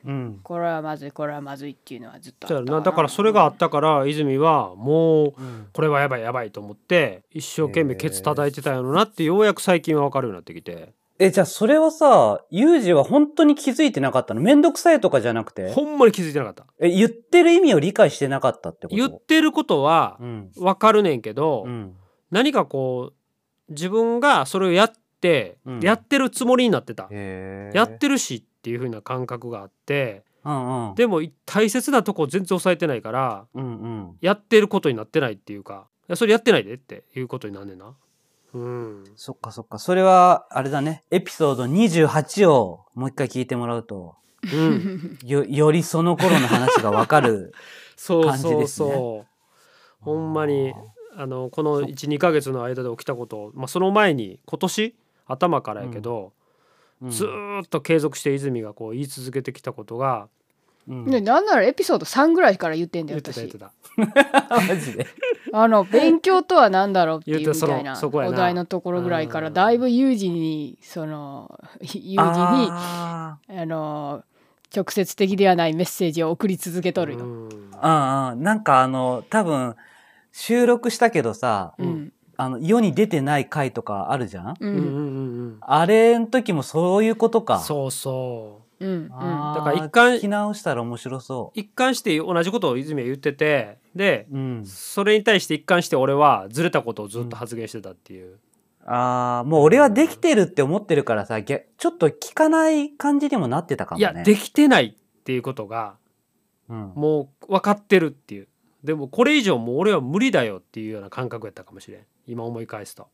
Speaker 4: うん。
Speaker 2: これはまずいこれはまずいっていうのはずっとあった
Speaker 3: だ
Speaker 2: か
Speaker 3: か
Speaker 2: な
Speaker 3: らなだからそれがあったから泉はもうこれはやばいやばいと思って一生懸命ケツ叩いてたんやろなってようやく最近は分かるようになってきて
Speaker 4: え、じゃあそれはさ、ユージは本当に気づいてなかったのめんどくさいとかじゃなくて
Speaker 3: ほんまに気づいてなかった
Speaker 4: え、言ってる意味を理解してなかったってこと
Speaker 3: 言ってることは
Speaker 4: うん。
Speaker 3: 分かるねんけど、
Speaker 4: うん。
Speaker 3: 何かこう自分がそれをやって、
Speaker 4: うん
Speaker 3: やってるつもりになってた、
Speaker 4: へ
Speaker 3: やっ、てるしっていう風な感覚があって
Speaker 4: うんうん。
Speaker 3: でも大切なとこを全然抑えてないから
Speaker 4: うんうん。
Speaker 3: やってることになってないっていうかいやそれやってないでっていうことになんねんな。うん、
Speaker 4: そっかそっか。それは、あれだね。エピソード28をもう一回聞いてもらうと、
Speaker 3: うん
Speaker 4: よ、よりその頃の話がわか る。
Speaker 3: そう
Speaker 4: 感じ
Speaker 3: そう
Speaker 4: ですね
Speaker 3: そう。ほんまにあのこの12ヶ月の間で起きたこと、まあ、その前に今年頭からやけど、
Speaker 4: うん
Speaker 3: ずーっと継続して泉がこう言い続けてきたことが
Speaker 4: うん
Speaker 2: ね、なんならエピソード3ぐらいから言ってんだ
Speaker 3: 言
Speaker 2: よ
Speaker 3: ってた言っ
Speaker 2: 私
Speaker 3: てた
Speaker 4: マジで。
Speaker 2: あの勉強とは何だろうっていう
Speaker 3: 言う
Speaker 2: み
Speaker 3: て
Speaker 2: たいな
Speaker 3: そのそこやな
Speaker 2: お題のところぐらいからだいぶ有事にその有事にあ
Speaker 4: あ
Speaker 2: の直接的ではないメッセージを送り続けとる
Speaker 3: う
Speaker 2: よ。
Speaker 3: ん
Speaker 4: ーうんうん。なんかあの、多分、収録したけどさ、
Speaker 2: うんうん
Speaker 4: あの、世に出てない回とかあるじゃん
Speaker 2: う
Speaker 3: うん
Speaker 2: ん
Speaker 3: うんうんうん
Speaker 4: あれん時もそういうことか。
Speaker 3: そうそ
Speaker 2: うんうん
Speaker 4: あー
Speaker 3: だから一貫
Speaker 4: 聞き直したら面白そ
Speaker 3: 一貫して同じことを泉は言っててで
Speaker 4: う。うん。
Speaker 3: それに対して一貫して俺はずれたことをずっと発言してたっていう、
Speaker 4: ああ、もう俺はできてるって思ってるからさ、逆ちょっと聞かない感じにもなってたか
Speaker 3: い
Speaker 4: もね。
Speaker 3: やできてないっていうことが
Speaker 4: うん、
Speaker 3: もう分かってるっていうでもこれ以上もう俺は無理だよっていうような感覚やったかもしれん今思い返すと、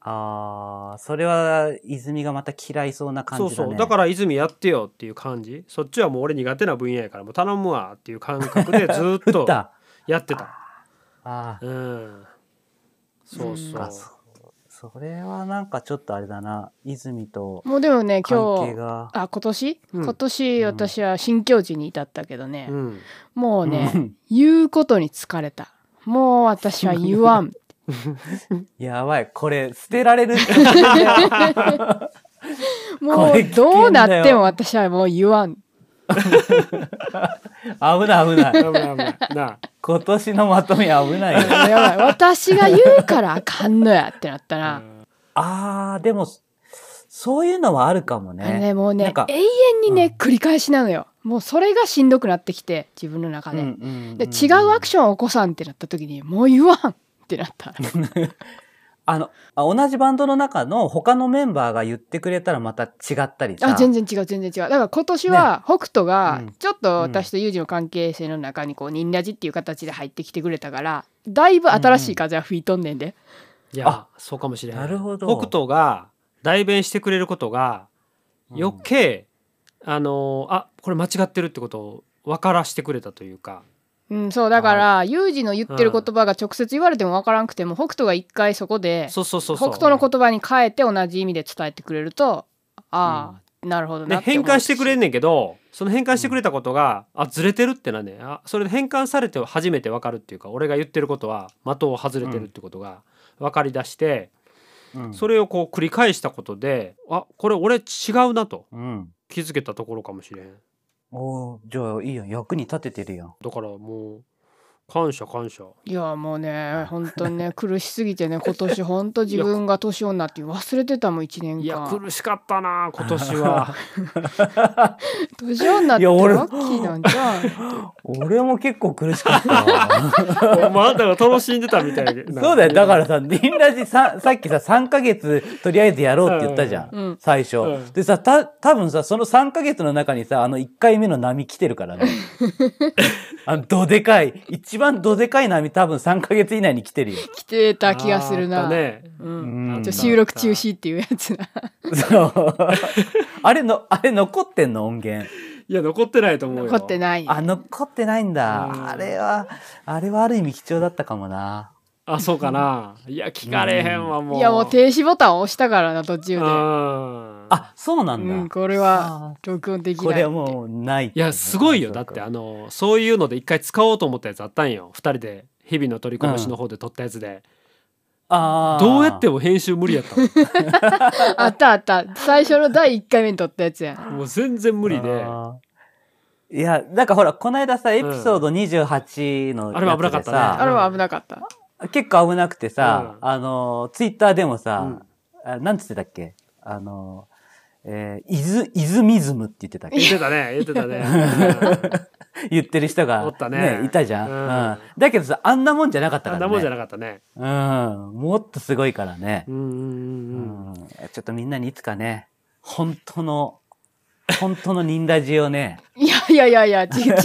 Speaker 4: ああ、それは泉がまた嫌いそうな感
Speaker 3: そう
Speaker 4: じだね。
Speaker 3: そうだから泉やってよっていう感じそっちはもう俺苦手な分野やからもう頼むわっていう感覚でずっ
Speaker 4: 降
Speaker 3: と
Speaker 4: った。
Speaker 3: やってた
Speaker 4: ああ、
Speaker 3: うんそうそう、
Speaker 4: あそうそれはなんかちょっとあれだな。泉と
Speaker 2: もうでもね今
Speaker 4: 関係
Speaker 2: 日
Speaker 4: が。
Speaker 2: あ今年、
Speaker 3: うん
Speaker 2: 今年私は新境地に至ったけどね、
Speaker 3: うん、
Speaker 2: もうね、
Speaker 4: うん
Speaker 2: 言うことに疲れたもう私は言わん
Speaker 4: やばい、これ捨てられる。
Speaker 2: も
Speaker 4: こ
Speaker 2: う
Speaker 4: れ危険だよ
Speaker 2: どうなっても私はもう言わん
Speaker 4: 危ない
Speaker 3: 危ない
Speaker 4: 危ない。
Speaker 3: 危ないなあ
Speaker 4: 今年のまとめ危ないよ。
Speaker 2: やばい私が言うからあかんのやってなったら、
Speaker 4: ああ、でも、そういうのはあるかも
Speaker 2: あのね
Speaker 4: ね。
Speaker 2: もう
Speaker 4: な
Speaker 2: ね
Speaker 4: んか
Speaker 2: 永遠にね、繰り返しなのよもうそれがしんどくなってきて自分の中で、で違うアク
Speaker 4: シ
Speaker 2: シ
Speaker 4: ョン。
Speaker 2: ョンを起こさんってなった時にもう言わんってなった
Speaker 4: あの、あ同じバンドの中の他のメンバーが言ってくれたらまた違ったりさ。
Speaker 2: あ全然違う全然違うだから今年は北斗が
Speaker 4: うん
Speaker 2: ちょっと私とユージの関係性の中にこうニンラジっていう形で入ってきてくれたからだいぶ新しい風は吹いとんねんで、
Speaker 3: いや
Speaker 4: あ
Speaker 3: そうかもしれない
Speaker 4: なるほど
Speaker 3: 北斗が代弁してくれることが
Speaker 4: うん
Speaker 3: 余計、あのあこれ間違ってるってことを分からしてくれたというか
Speaker 2: うんそうだからユージの言ってる言葉が直接言われても分からんくても北斗が一回そこで
Speaker 3: そうそうそう
Speaker 2: 北
Speaker 3: そう
Speaker 2: 斗の言葉に変えて同じ意味で伝えてくれるとああ、なるほどな
Speaker 3: ね、
Speaker 2: って思
Speaker 3: 変
Speaker 2: う
Speaker 3: 換してくれんねんけどその変換してくれたことが、あずれてるってなんねんあそれで変換されて初めて分かるっていうか俺が言ってることは的を外れてるってことが分かりだして、
Speaker 4: うん
Speaker 3: それをこう繰り返したことであこれ俺違うなと
Speaker 4: うん。
Speaker 3: 気づけたところかもしれん
Speaker 4: おーじゃあいいよ。役に立ててるよ。
Speaker 3: だからもう感謝感謝
Speaker 2: いやもうね本当にね苦しすぎてね今年本当自分が年女っていう忘れてたもん1年間
Speaker 3: いや苦しかった な今年は
Speaker 2: 年女っ
Speaker 4: い
Speaker 2: て
Speaker 4: や
Speaker 2: ラ
Speaker 4: 俺
Speaker 2: ッキーなんじゃん
Speaker 4: 俺も結構苦しかっ たわ。
Speaker 3: お前あなたが楽しんでたみたいな
Speaker 4: そうだよ。だからさ、リンラジ さ、さっきさ、3ヶ月とりあえずやろうって言ったじゃん。
Speaker 2: うんうん
Speaker 4: 最初、
Speaker 3: うん
Speaker 4: でさ、た、多分さ、その3ヶ月の中にさ、あの1回目の波来て るからね。あの、どでかい。一番どでかい波多分3ヶ月以内に来てるよ。
Speaker 2: 来てた気がする
Speaker 3: あ
Speaker 2: な、
Speaker 3: ったね
Speaker 2: うん
Speaker 4: うん
Speaker 2: ちょ収録中止っていうやつな
Speaker 4: そう。 あれの、あれ残ってんの音源。
Speaker 3: いや残ってないと思うよ
Speaker 2: 残ってない
Speaker 4: あ、残ってないんだ。
Speaker 3: うん
Speaker 4: あれは、あれはある意味貴重だったかもな。
Speaker 3: あそうかないや聞かれへんわもう
Speaker 2: い
Speaker 3: い
Speaker 2: やもう停止ボタンを押したからな途中で
Speaker 3: あ
Speaker 4: あ、そうなんだ。
Speaker 2: うんこれは録音でき
Speaker 4: こ
Speaker 2: ない
Speaker 4: れはもうない。
Speaker 3: いやすごいよだってあのそういうので一回使おうと思ったやつあったんよ二人で日々の取りこぼしの方で撮ったやつで、
Speaker 4: あー
Speaker 3: どうやっても編集無理やった
Speaker 2: あったあった最初の第1回目に撮ったやつや
Speaker 3: のもう全然無理であ
Speaker 4: あーいや、なんかほら、この間さ、エピソード28の、
Speaker 3: あれは危なかったね
Speaker 2: あれは危なかった
Speaker 4: 結構危なくてさ、
Speaker 3: う
Speaker 4: あの、ツイッターでもさ、あなんつってたっけあの、えー、イズ、イズミズムって言ってたっ
Speaker 3: 言っ
Speaker 4: け
Speaker 3: てたね言ってた ね
Speaker 4: 言ってる人が、
Speaker 3: おったね
Speaker 4: いたじゃん、
Speaker 3: う
Speaker 4: うんん。だけどさ、あんなもんじゃなかった
Speaker 3: あ
Speaker 4: か
Speaker 3: ん
Speaker 4: ら
Speaker 3: な
Speaker 4: ね。
Speaker 3: もんじゃなかったね
Speaker 4: うん。もっとすごいからね
Speaker 3: う。んうんう
Speaker 4: う
Speaker 3: んうん
Speaker 4: ん。ちょっとみんなにいつかね、本当の、本当のニンラジをね、
Speaker 2: いやいやいやいや、ち違う違う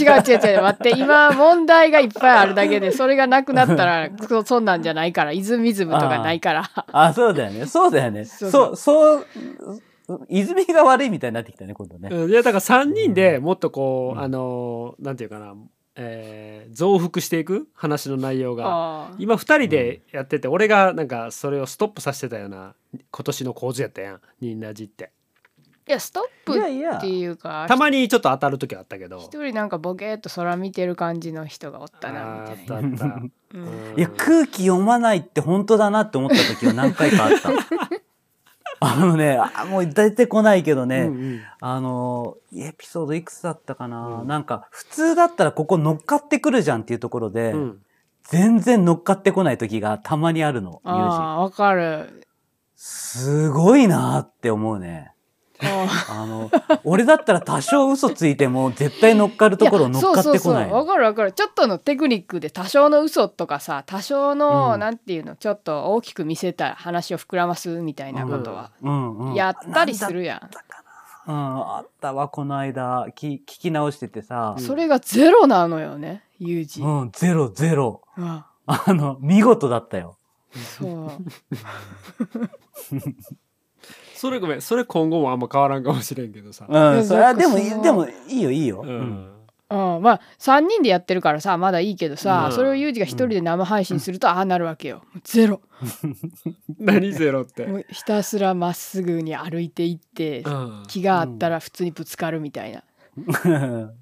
Speaker 2: 違う、待って、今問題がいっぱいあるだけで、それがなくなったら、そそんなんじゃないから、イズミズムとかないから。
Speaker 4: あ、そうだよね。そうだよね。
Speaker 2: そ
Speaker 4: そうう
Speaker 2: そ
Speaker 4: そう、う泉が悪いみたいになってきたね、今度ね。
Speaker 3: うんいやだから3人でもっとこう、
Speaker 4: うん
Speaker 3: あのーなんていうかな、えー増幅していく話の内容が
Speaker 2: あー
Speaker 3: 今2人でやってて、俺がなんかそれをストップさせてたような今年の構図やったやんニンラジって
Speaker 2: いや、ストッ
Speaker 4: いやい
Speaker 2: プ
Speaker 4: や
Speaker 2: っていうか、
Speaker 3: たまにちょっと当たる時はあったけど
Speaker 2: 一人なんかボケーっと空見てる感じの人がおったな、
Speaker 3: あ
Speaker 2: みたい
Speaker 3: ー
Speaker 2: な。
Speaker 3: あったあった
Speaker 2: うん
Speaker 3: うん
Speaker 4: いや、空気読まないって本当だなって思った時は何回かあった。あのね、あもう出てこないけどね、
Speaker 3: うんうん
Speaker 4: あの、エピソードいくつだったかな、
Speaker 3: うん
Speaker 4: なんか、普通だったらここ乗っかってくるじゃんっていうところで、
Speaker 3: うん
Speaker 4: 全然乗っかってこない時がたまにあるの、ユージ
Speaker 2: ああ、わかる。
Speaker 4: すごいなって思うね。
Speaker 2: あ
Speaker 4: あの俺だったら多少嘘ついても絶対乗っかるところ乗っかってこない
Speaker 2: やそうそうそうわかるわかるちょっとのテクニックで多少の嘘とかさ多少の、
Speaker 4: うん
Speaker 2: なんていうのちょっと大きく見せた話を膨らますみたいなことは、
Speaker 4: うんうん、
Speaker 2: やったりするやん、
Speaker 4: うんあったわこの間き聞き直しててさ、
Speaker 2: それがゼロなのよねユージ、うん
Speaker 4: うん、ゼロゼロあの見事だったよ
Speaker 2: そう
Speaker 3: それごめんそれ今後もあんま変わらんかもしれんけどさ、
Speaker 4: う
Speaker 2: や
Speaker 4: んそれはでも
Speaker 2: なんかその
Speaker 4: でもいいよいいよ、
Speaker 3: う
Speaker 4: うん
Speaker 3: ん
Speaker 2: うん、まあ3人でやってるからさまだいいけどさ、
Speaker 3: うん
Speaker 2: それをユージが一人で生配信すると、ああなるわけよゼロ
Speaker 3: 何ゼロって、
Speaker 2: もうひたすらまっすぐに歩いていって、
Speaker 3: うん
Speaker 2: 気があったら普通にぶつかるみたいな、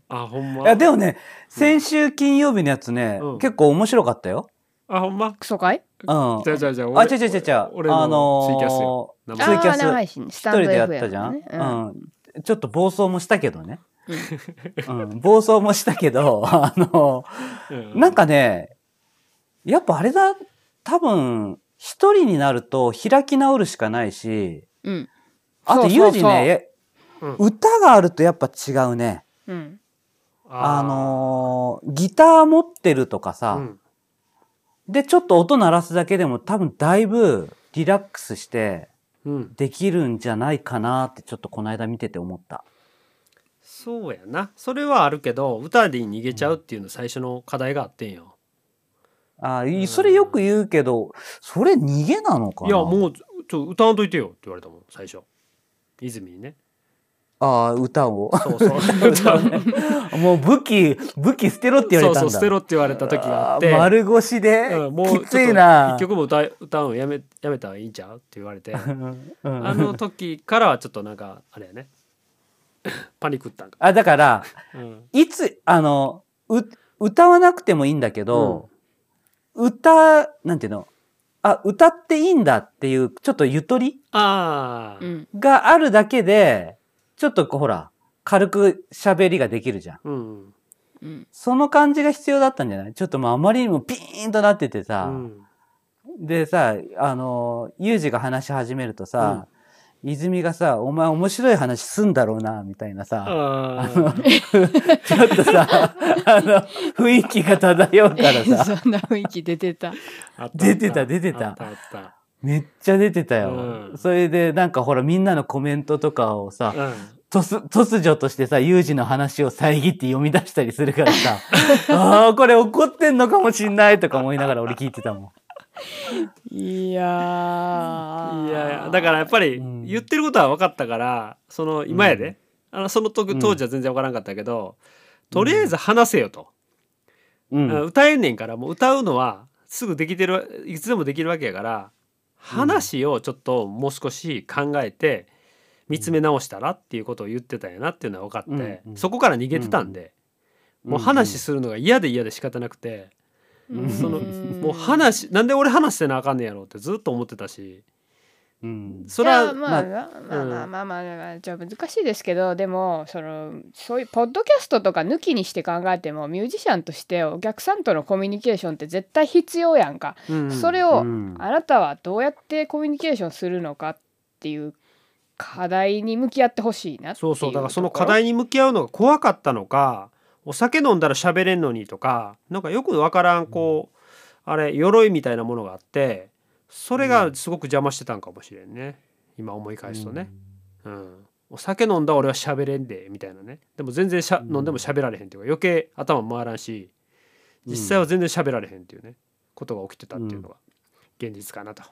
Speaker 3: あほん
Speaker 4: いや
Speaker 3: ま
Speaker 4: でもね先週金曜日のやつね、
Speaker 3: うん
Speaker 4: 結構面白かったよ、
Speaker 3: あほんま
Speaker 2: クソかい
Speaker 4: うん、
Speaker 3: じゃあじゃあじゃあ
Speaker 4: あ、違う違う違う違う。
Speaker 3: 俺の
Speaker 4: あの
Speaker 3: ツイキャスよ
Speaker 4: ー
Speaker 3: 生
Speaker 4: ツイキャ
Speaker 2: あー生配
Speaker 4: ス。
Speaker 2: 信ス
Speaker 4: 一
Speaker 2: タンド
Speaker 4: 人でや
Speaker 2: F
Speaker 4: ったじゃん、
Speaker 2: やからね
Speaker 4: うん。ちょっと暴走もしたけどね。うん、暴走もしたけど、あのーなんかね、やっぱあれだ、多分、一人になると開き直るしかないし、
Speaker 2: うん、うん
Speaker 4: あと
Speaker 2: そうそ
Speaker 4: ユ
Speaker 2: う
Speaker 4: ージね、
Speaker 3: うん
Speaker 4: 歌があるとやっぱ違うね。
Speaker 2: うん
Speaker 4: あのーギター持ってるとかさ、
Speaker 3: うん
Speaker 4: で、ちょっと音鳴らすだけでも多分だいぶリラックスして、
Speaker 3: うん
Speaker 4: できるんじゃないかなってちょっとこの間見てて思った。
Speaker 3: そうやなそれはあるけど歌で逃げちゃうっていうの最初の課題があってんよ、
Speaker 4: あ
Speaker 3: ん
Speaker 4: ーそれよく言うけど、それ逃げなのかない
Speaker 3: やも
Speaker 4: う。
Speaker 3: うちょちょ歌わんといてよって言われたもん最初泉にね
Speaker 4: ああ、歌を。
Speaker 3: そう そう歌わん
Speaker 4: もう武器、武器捨てろって言
Speaker 3: そ
Speaker 4: われ
Speaker 3: う
Speaker 4: たん
Speaker 3: そ
Speaker 4: だ。
Speaker 3: う捨てろって言われた時があって
Speaker 4: ー丸腰で、
Speaker 3: うんもう
Speaker 4: き
Speaker 3: ちょ
Speaker 4: つ
Speaker 3: っと
Speaker 4: いな
Speaker 3: 一。曲も歌え歌うのやめやめたらいいんちゃうって言わ れて
Speaker 4: う
Speaker 3: あ
Speaker 4: んうん
Speaker 3: の時からはちょっとなんかあれやね パニックったんか、
Speaker 4: あ、だから、
Speaker 3: うん
Speaker 4: いつ、あの、う、歌わなくてもいいんだけど、歌、なんていうのあ、歌っていいんだっていう、ちょっとゆとり
Speaker 3: ああ、
Speaker 2: うん
Speaker 4: があるだけで、ちょっとこうほら、軽く喋りができるじゃん。
Speaker 3: うん
Speaker 2: うん
Speaker 4: その感じが必要だったんじゃないちょっともうあまりにもピーンとなってて
Speaker 3: う
Speaker 4: さ、
Speaker 3: ん
Speaker 4: でさ、あの、ユージが話し始めるとさ、泉がさ、お前面白い話すんだろうな、みたいなさ、
Speaker 3: あー
Speaker 4: ちょっと さ、あの、雰囲気が漂うからさ、
Speaker 2: そんな雰囲気出てた
Speaker 3: あった
Speaker 4: 出てた出て
Speaker 3: あ
Speaker 4: た
Speaker 3: ったあった
Speaker 4: めっちゃ出てたよ。
Speaker 3: うん
Speaker 4: それでなんかほらみんなのコメントとかをさ、
Speaker 3: うん
Speaker 4: 突突如としてさ、ユージの話を遮って読み出したりするか らさ、ああ、これ怒ってんのかもしんないとか思いながら俺聞いてたも
Speaker 2: いやー
Speaker 3: いやいやだからやっぱり
Speaker 4: うん
Speaker 3: 言ってることは分かったからその今やで、あのその時
Speaker 4: うん
Speaker 3: 当時は全然分からんかったけど、とりあえず話せよと、
Speaker 4: ん。う
Speaker 3: うん
Speaker 4: ん。
Speaker 3: 歌えんねんからもう歌うのはすぐできてるいつでもできるわけやから話をちょっともう少し考えて見つめ直したらっていうことを言ってたんやなっていうのは分かって、
Speaker 4: うんうん
Speaker 3: そこから逃げてたんで、もう話するのが嫌で嫌で仕方なくて、
Speaker 2: うん
Speaker 3: その
Speaker 2: ん
Speaker 3: もう話なんで俺話してなあかんねやろうってずっと思ってたし
Speaker 4: うん。
Speaker 3: それは
Speaker 2: じゃあまあ、
Speaker 4: ま
Speaker 2: まあ、まあまあまあまあまあじゃあ難しいですけどでもそのそういうポッドキャストとか抜きにして考えてもミュージシャンとしてお客さんとのコミュニケーションって絶対必要やんか、
Speaker 3: うん
Speaker 2: それを、
Speaker 4: うん
Speaker 2: あなたはどうやってコミュニケーションするのかっていう課題に向き合ってほしいなってい
Speaker 3: そうそうだからその
Speaker 2: とこ
Speaker 3: 課
Speaker 2: ろ
Speaker 3: 題に向き合うのが怖かったのかお酒飲んだら喋れんのにとかなんかよくわからんこう、あれ鎧みたいなものがあってそれがすごく邪魔してたんかもしれんね今思い返すとね、うんお酒飲んだら俺は喋れんでみたいなねでも全然しゃ、
Speaker 4: うん
Speaker 3: 飲んでも喋られへんっていうか余計頭回らんし実際は全然喋られへんっていうねことが起きてたっていうのが現実かなと。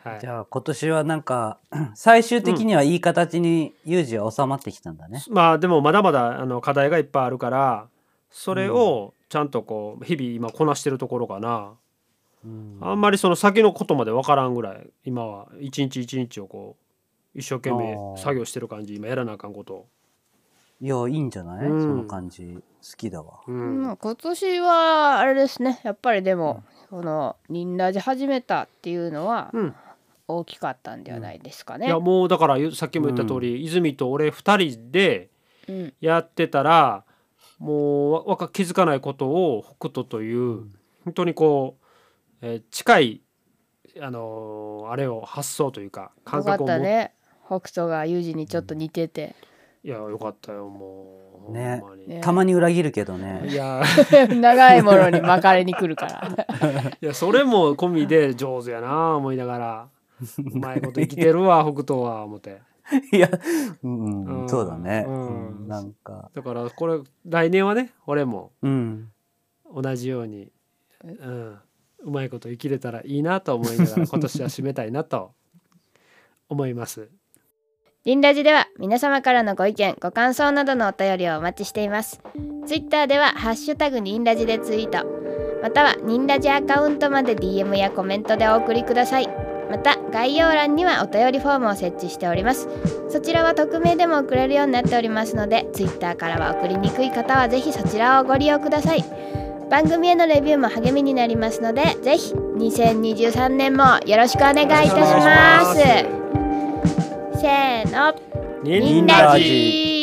Speaker 3: はい
Speaker 4: じゃあ今年はなんか、 最終的にはいい形にユージは収まってきたんだね。
Speaker 3: まあでもまだまだあの課題がいっぱいあるからそれをちゃんとこう日々今こなしてるところかな、
Speaker 4: うん
Speaker 3: あんまりその先のことまで分からんぐらい今は一日一日をこう一生懸命
Speaker 4: あー
Speaker 3: 作業してる感じ今やらなあかんことを
Speaker 4: いや、いいんじゃない、
Speaker 3: うん
Speaker 4: その感じ。好きだわ。
Speaker 3: うん
Speaker 2: まあ今年はあれですねやっぱりでも、この「ニンラジ」始めたっていうのは
Speaker 3: うん
Speaker 2: 大きかったんではないですか
Speaker 3: い
Speaker 2: ね。
Speaker 3: やもうだからゆさっきも言った通り、泉と俺二人で
Speaker 2: うん
Speaker 3: やってたらもうわわか気づかないことを北斗という、本当にこう、えー近いあのーあれを発想というか感
Speaker 2: よかっ
Speaker 3: 覚を
Speaker 2: た
Speaker 3: 持
Speaker 2: ね。
Speaker 5: 北斗がユージにちょっと似て て、
Speaker 3: いやよかったよもう
Speaker 4: ね
Speaker 3: ほんまに
Speaker 5: ね
Speaker 4: たまに裏切るけどね
Speaker 3: いや
Speaker 5: 長いものに巻かれに来るから
Speaker 3: いやそれも込みで上手やな思いながらうまいこと生きてるわ北斗は思って
Speaker 4: いや、うん
Speaker 3: うん
Speaker 4: そうだね、
Speaker 3: うん
Speaker 4: うんなんか
Speaker 3: だからこれ来年はね俺も
Speaker 4: うん
Speaker 3: 同じように、うん、うまいこと生きれたらいいなと思いながら今年は締めたいなと思います。
Speaker 2: リンラジでは皆様からのご意見、ご感想などのお便りをお待ちしています。ツイッターではハッシュタグリンラジでツイート、またはリンラジアカウントまで DM やコメントでお送りください。また概要欄にはお便りフォームを設置しております。そちらは匿名でも送れるようになっておりますので、ツイッターからは送りにくい方はぜひそちらをご利用ください。番組へのレビューも励みになりますので、ぜひ2023年もよろしくお願いいたします。せーの。
Speaker 3: ニ
Speaker 2: みん
Speaker 4: な
Speaker 2: な
Speaker 4: じ
Speaker 2: じー